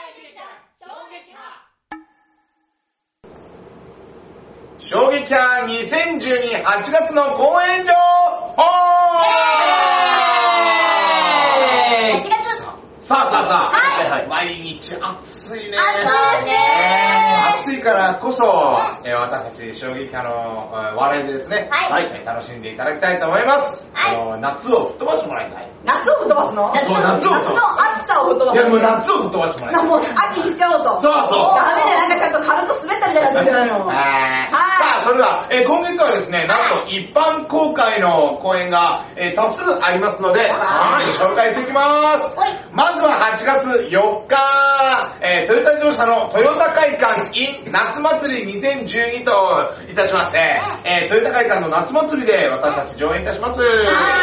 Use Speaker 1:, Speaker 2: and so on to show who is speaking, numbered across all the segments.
Speaker 1: た衝撃波
Speaker 2: 衝撃波2012 8月の公演場お
Speaker 1: 8
Speaker 2: ー
Speaker 1: 月
Speaker 2: さあさあさあ、
Speaker 1: はい
Speaker 2: はい毎日暑いね
Speaker 1: 暑いね
Speaker 2: 暑いからこそ、えー私、衝撃波のえー笑いでですね、
Speaker 1: はい
Speaker 2: えー楽しんでいただきたいと思います。
Speaker 1: はい
Speaker 2: あの夏を吹っ飛ばしてもらいたい。
Speaker 3: 夏を吹っ飛ばすの
Speaker 2: そう夏を吹っ飛ばす
Speaker 3: の暑さを吹っ飛ば
Speaker 2: い
Speaker 3: す
Speaker 2: や、もう夏を吹っ飛ばしてもらいたい。
Speaker 3: もう秋にしちゃおうと
Speaker 2: そうそう
Speaker 3: ダメだよなんかちゃんと軽く滑ったみたいになってるじゃない の
Speaker 2: はいさあ、それでは、えー今月はですね、なんと一般公開の公演が、えー多数ありますので、
Speaker 3: はい
Speaker 2: 紹介していきます。
Speaker 1: はい
Speaker 2: まずは8月4日、えートヨタ自動車のトヨタ会館 in 夏祭り2012といたしまして、えートヨタ会館の夏祭りで私たち上演いたします。
Speaker 3: は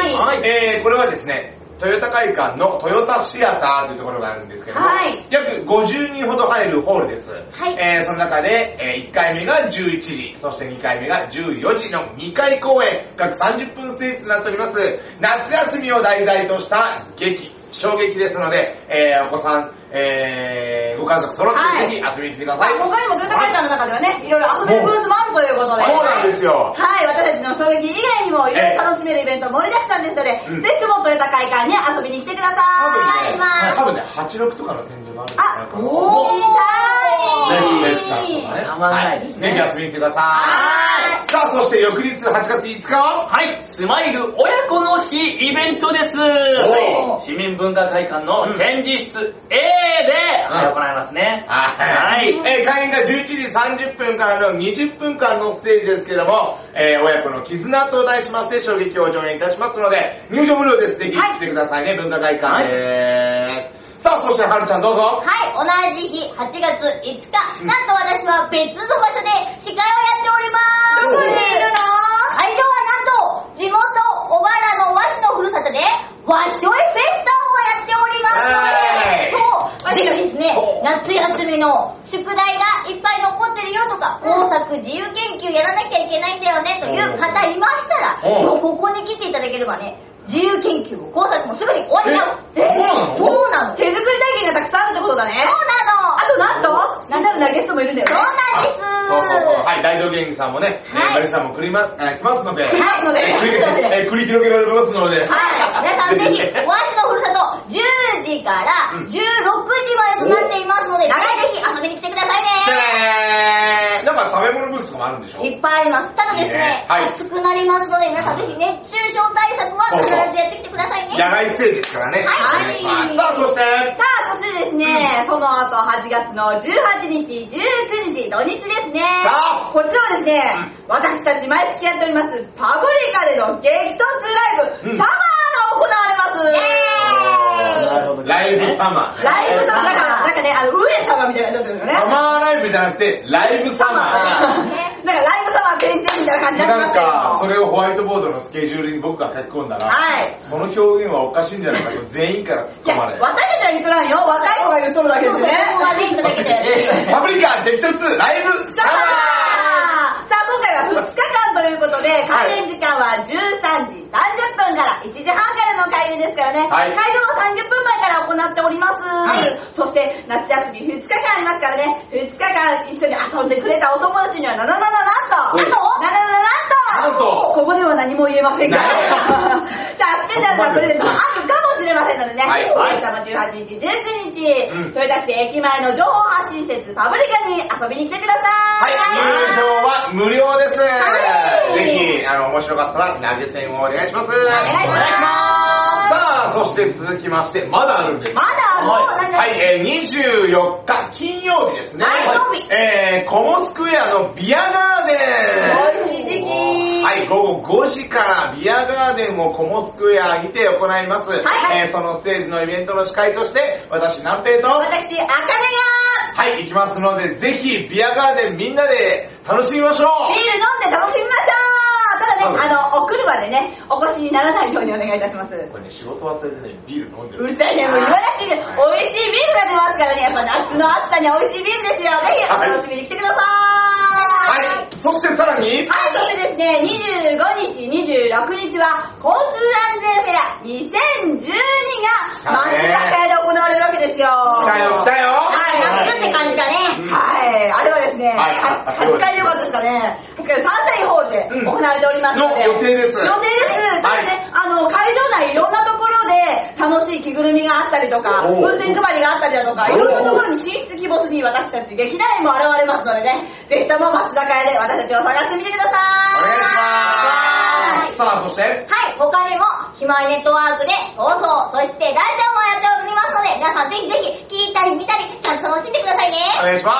Speaker 3: い
Speaker 2: はいえーこれはですね、トヨタ会館のトヨタシアターというところがあるんですけども、
Speaker 3: はい
Speaker 2: 約50人ほど入るホールです。
Speaker 1: はい
Speaker 2: えーその中で、えー1回目が11時、そして2回目が14時の2回公演、約30分ステージとなっております。夏休みを題材とした劇、衝撃ですので、えーお子さん、えーご家族揃ってぜひ遊びに来てくだ
Speaker 3: は
Speaker 2: さい。
Speaker 3: い他にもトヨタ会館の中ではねいろいろ遊べるブースもあるということで
Speaker 2: そうなんですよ。
Speaker 3: はい私たちの衝撃以外にもいろいろ楽しめるイベント盛りだくさんですので、
Speaker 2: うん
Speaker 3: ぜひともトヨタ会館に遊びに来てくださ
Speaker 2: 多分
Speaker 3: い
Speaker 2: ね、多分ね、86とかの天井があるん
Speaker 3: あ
Speaker 2: じゃないかな。
Speaker 3: おー
Speaker 2: ぜ
Speaker 3: 見
Speaker 2: ひ、
Speaker 3: たい
Speaker 4: たまらないですね
Speaker 2: ぜひ遊びに来てください。さ
Speaker 3: はーい
Speaker 2: あ、そして翌日8月5日は
Speaker 4: はい、スマイル親子の日イベントです。はい市民文化会館の展示室 A で、はい行いますね。
Speaker 2: はい。
Speaker 4: はい。
Speaker 2: えー開演が11時30分からの20分間のステージですけども、えー親子の絆と題しまして衝撃を上演いたしますので、入場無料です。ぜひ来てくださいね、文化会館です。さあ、そしてはるちゃんどう
Speaker 1: は
Speaker 2: ぞ。
Speaker 1: い、同じ日、8月5日、なんと私は別の場所で司会をやっております。
Speaker 2: どこにい
Speaker 1: の
Speaker 2: る
Speaker 1: 会場はなんと、地元、小原の和紙のふるさとで、和紙フェスタをやっておりますので、そう、ぜひですね、夏休みの宿題がいっぱい残ってるよとか、工作自由研究やらなきゃいけないんだよねという方いましたら、
Speaker 2: おう
Speaker 1: ここに来ていただければね、自由研究も工作もすぐに終わっちゃう。
Speaker 2: えそうなの
Speaker 1: そうなの
Speaker 3: 手作り体験がたくさんあるってことだね
Speaker 1: そうなの
Speaker 3: あとなんとスペシャルなゲストもいるんだよ
Speaker 1: そう
Speaker 3: ね
Speaker 1: なんです
Speaker 2: あそうそうそう。はい、大道芸人さんもね、え
Speaker 1: は
Speaker 2: ー
Speaker 1: い
Speaker 2: マリさんも来りま、えー来ますので、
Speaker 3: 来ますので
Speaker 2: えー繰りえー繰り広げられますの
Speaker 1: はい、
Speaker 2: で、
Speaker 1: 皆さんぜ ひ、おわしのふるさと、10時から
Speaker 2: うん
Speaker 1: 16時までとなっていますので、ぜひ遊びに来てください
Speaker 2: でなんか食べ物ブースとかもあるんでしょ
Speaker 1: ね。いっぱいあります。ただです
Speaker 2: いいね
Speaker 1: ね、
Speaker 2: はい
Speaker 1: 暑くなりますので、皆さんぜひ熱中症対策は必ずやってきてくださいね。
Speaker 2: 野外ステージですからね。
Speaker 3: は
Speaker 2: お
Speaker 3: い
Speaker 2: 願しますさあ、そして、
Speaker 3: さあ、そしてですね、その後8月の18日、19日、土日ですね。
Speaker 2: さあ
Speaker 3: こちらはですね、私たち毎月やっております、パブリカでの激突ライブ、
Speaker 2: うん
Speaker 3: サマーが行われます。
Speaker 4: なるほど
Speaker 2: ライブサマー。
Speaker 3: ライブさんだから、なんかね、あの、上様みたいになっちゃってるよね。
Speaker 2: サマーライブじゃなくて、ライブサマー。
Speaker 3: なんかライブサマー全然みたいな感じにな
Speaker 2: なん
Speaker 3: ってますけど
Speaker 2: か、それをホワイトボードのスケジュールに僕が書き込んだら、
Speaker 3: はい
Speaker 2: その表現はおかしいんじゃないかと全員から突っ
Speaker 3: いや、
Speaker 2: 込まれ。
Speaker 3: 私たちは言っとらんよ。若い子が言っとるだけ
Speaker 1: そ
Speaker 3: で
Speaker 1: うそ
Speaker 3: す
Speaker 1: う、
Speaker 3: ね。
Speaker 1: ここがね、いただけたやつね。
Speaker 2: パブリカ激突ライブサ
Speaker 3: さ
Speaker 2: マー
Speaker 3: あ、今回は2日間ということで、開演時間は13時30分から1時半からの開演ですからね、
Speaker 2: はい
Speaker 3: 会場の30分前から行っております。
Speaker 2: はい
Speaker 3: そして、夏休み2日間ありますからね、2日間一緒に遊んでくれたお友達には、なななななんと、
Speaker 2: はい
Speaker 3: なんと、ななななん
Speaker 2: な
Speaker 3: と、
Speaker 2: んと
Speaker 3: ここでは何も言えませんが、
Speaker 2: な
Speaker 3: さ あ、スペシャルなプレゼントあるかもしれませんのでね、
Speaker 2: はいはい
Speaker 3: お客様18日、19日、
Speaker 2: うん
Speaker 3: 豊田市駅前の情報発信施設パブリカに遊びに来てくださ。
Speaker 2: はいい、入場は無料です。
Speaker 3: はい
Speaker 2: ぜひ、あの、面白かったら投げ銭をお願いします。お
Speaker 3: お願いします。
Speaker 2: さあ、そして続きまして、まだあるんです。
Speaker 3: まだあるの
Speaker 2: はい、はいえー、24日金曜日ですね。
Speaker 3: はい金曜日
Speaker 2: えー、コモスクエアのビアガーデン。
Speaker 3: 美味しい時期。
Speaker 2: はい、午後5時からビアガーデンをコモスクエアにて行います。
Speaker 3: はい
Speaker 2: えーそのステージのイベントの司会として、私、南平と、
Speaker 3: 私、あかね
Speaker 2: はい、行きますので、ぜひ、ビアガーデンみんなで楽しみましょ
Speaker 3: がビー
Speaker 2: う。
Speaker 3: ル飲んで楽しみましょうただね、
Speaker 2: は
Speaker 3: あの、お車でね、お越しにならないようにお願いいたします。う
Speaker 2: これね、仕事忘れてね、ビール飲んでる。
Speaker 3: るさいね、もう言わなくていいね美味しいビールが出ますからね、やっぱ夏の暑さには美味しいビールですよ。ぜひ、お楽しみに来てください。
Speaker 2: はい、そしてさらに、
Speaker 3: はい、そしてですね、25日、26日は、交通安全フェア2012が、松坂屋で行われるわけですよ。
Speaker 2: 来たよ、来たよ。
Speaker 3: はい、夏は8回良かったですかね。8回、サンサインホールで
Speaker 2: うん
Speaker 3: 行われておりますので。
Speaker 2: の予定です
Speaker 3: 予定です。ただね、あの、会場内いろんなところで楽しい着ぐるみがあったりとか、
Speaker 2: おう
Speaker 3: 風船配りがあったりだとか、
Speaker 2: おう
Speaker 3: いろんなところに進出希望に私たち劇団員も現れますのでね、ぜひとも松坂屋で私たちを探してみてください。
Speaker 2: お願いします。さあ、そして、
Speaker 1: はい、他にも、ひまわりネットワークで、放送、そして、ラジオもやっておりますので、皆さんぜひぜひ、聞いたり見たり、ちゃんと楽しんでくださいね。
Speaker 2: お願い
Speaker 1: お
Speaker 2: し
Speaker 1: 願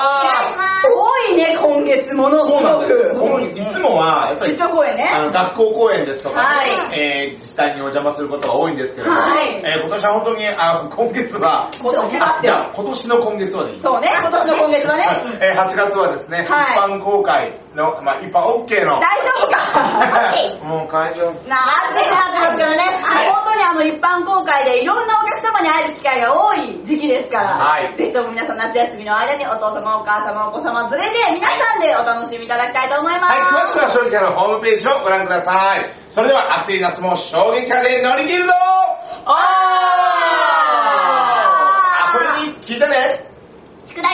Speaker 1: いし
Speaker 2: ま
Speaker 1: ま
Speaker 2: す。
Speaker 1: す。
Speaker 3: 多いね、今月ものす
Speaker 2: そうなんで
Speaker 3: ご
Speaker 2: す。
Speaker 3: く。
Speaker 2: 僕いつもは、やっぱ
Speaker 3: 出
Speaker 2: り、
Speaker 3: 張公演ね。
Speaker 2: あの、学校公演ですとか、
Speaker 3: はい
Speaker 2: えー、自治体にお邪魔することが多いんですけれども、
Speaker 3: はい
Speaker 2: えー、今年は本当に、あ、今月は、
Speaker 3: 今年はって
Speaker 2: じゃあ、今年の今月はでいい
Speaker 3: そうね、今年の今月はね。
Speaker 2: はいえー8月はですね、
Speaker 3: は
Speaker 2: 一般公開の、まあ、一般 OK の、
Speaker 3: 大丈夫か
Speaker 2: もう会場、
Speaker 3: なあ、暑いなってますからね、
Speaker 2: はい
Speaker 3: 本当にあの一般公開でいろんなお客様に会える機会が多い時期ですから、
Speaker 2: はい
Speaker 3: ぜひとも皆さん夏休みの間にお父様、お母様、お子様連れで皆さんでお楽しみいただきたいと思います。
Speaker 2: はい、詳しくは衝撃波のホームページをご覧ください。それでは暑い夏も衝撃波で乗り切るぞ
Speaker 3: おー
Speaker 2: あ、これに聞いてね
Speaker 1: 宿題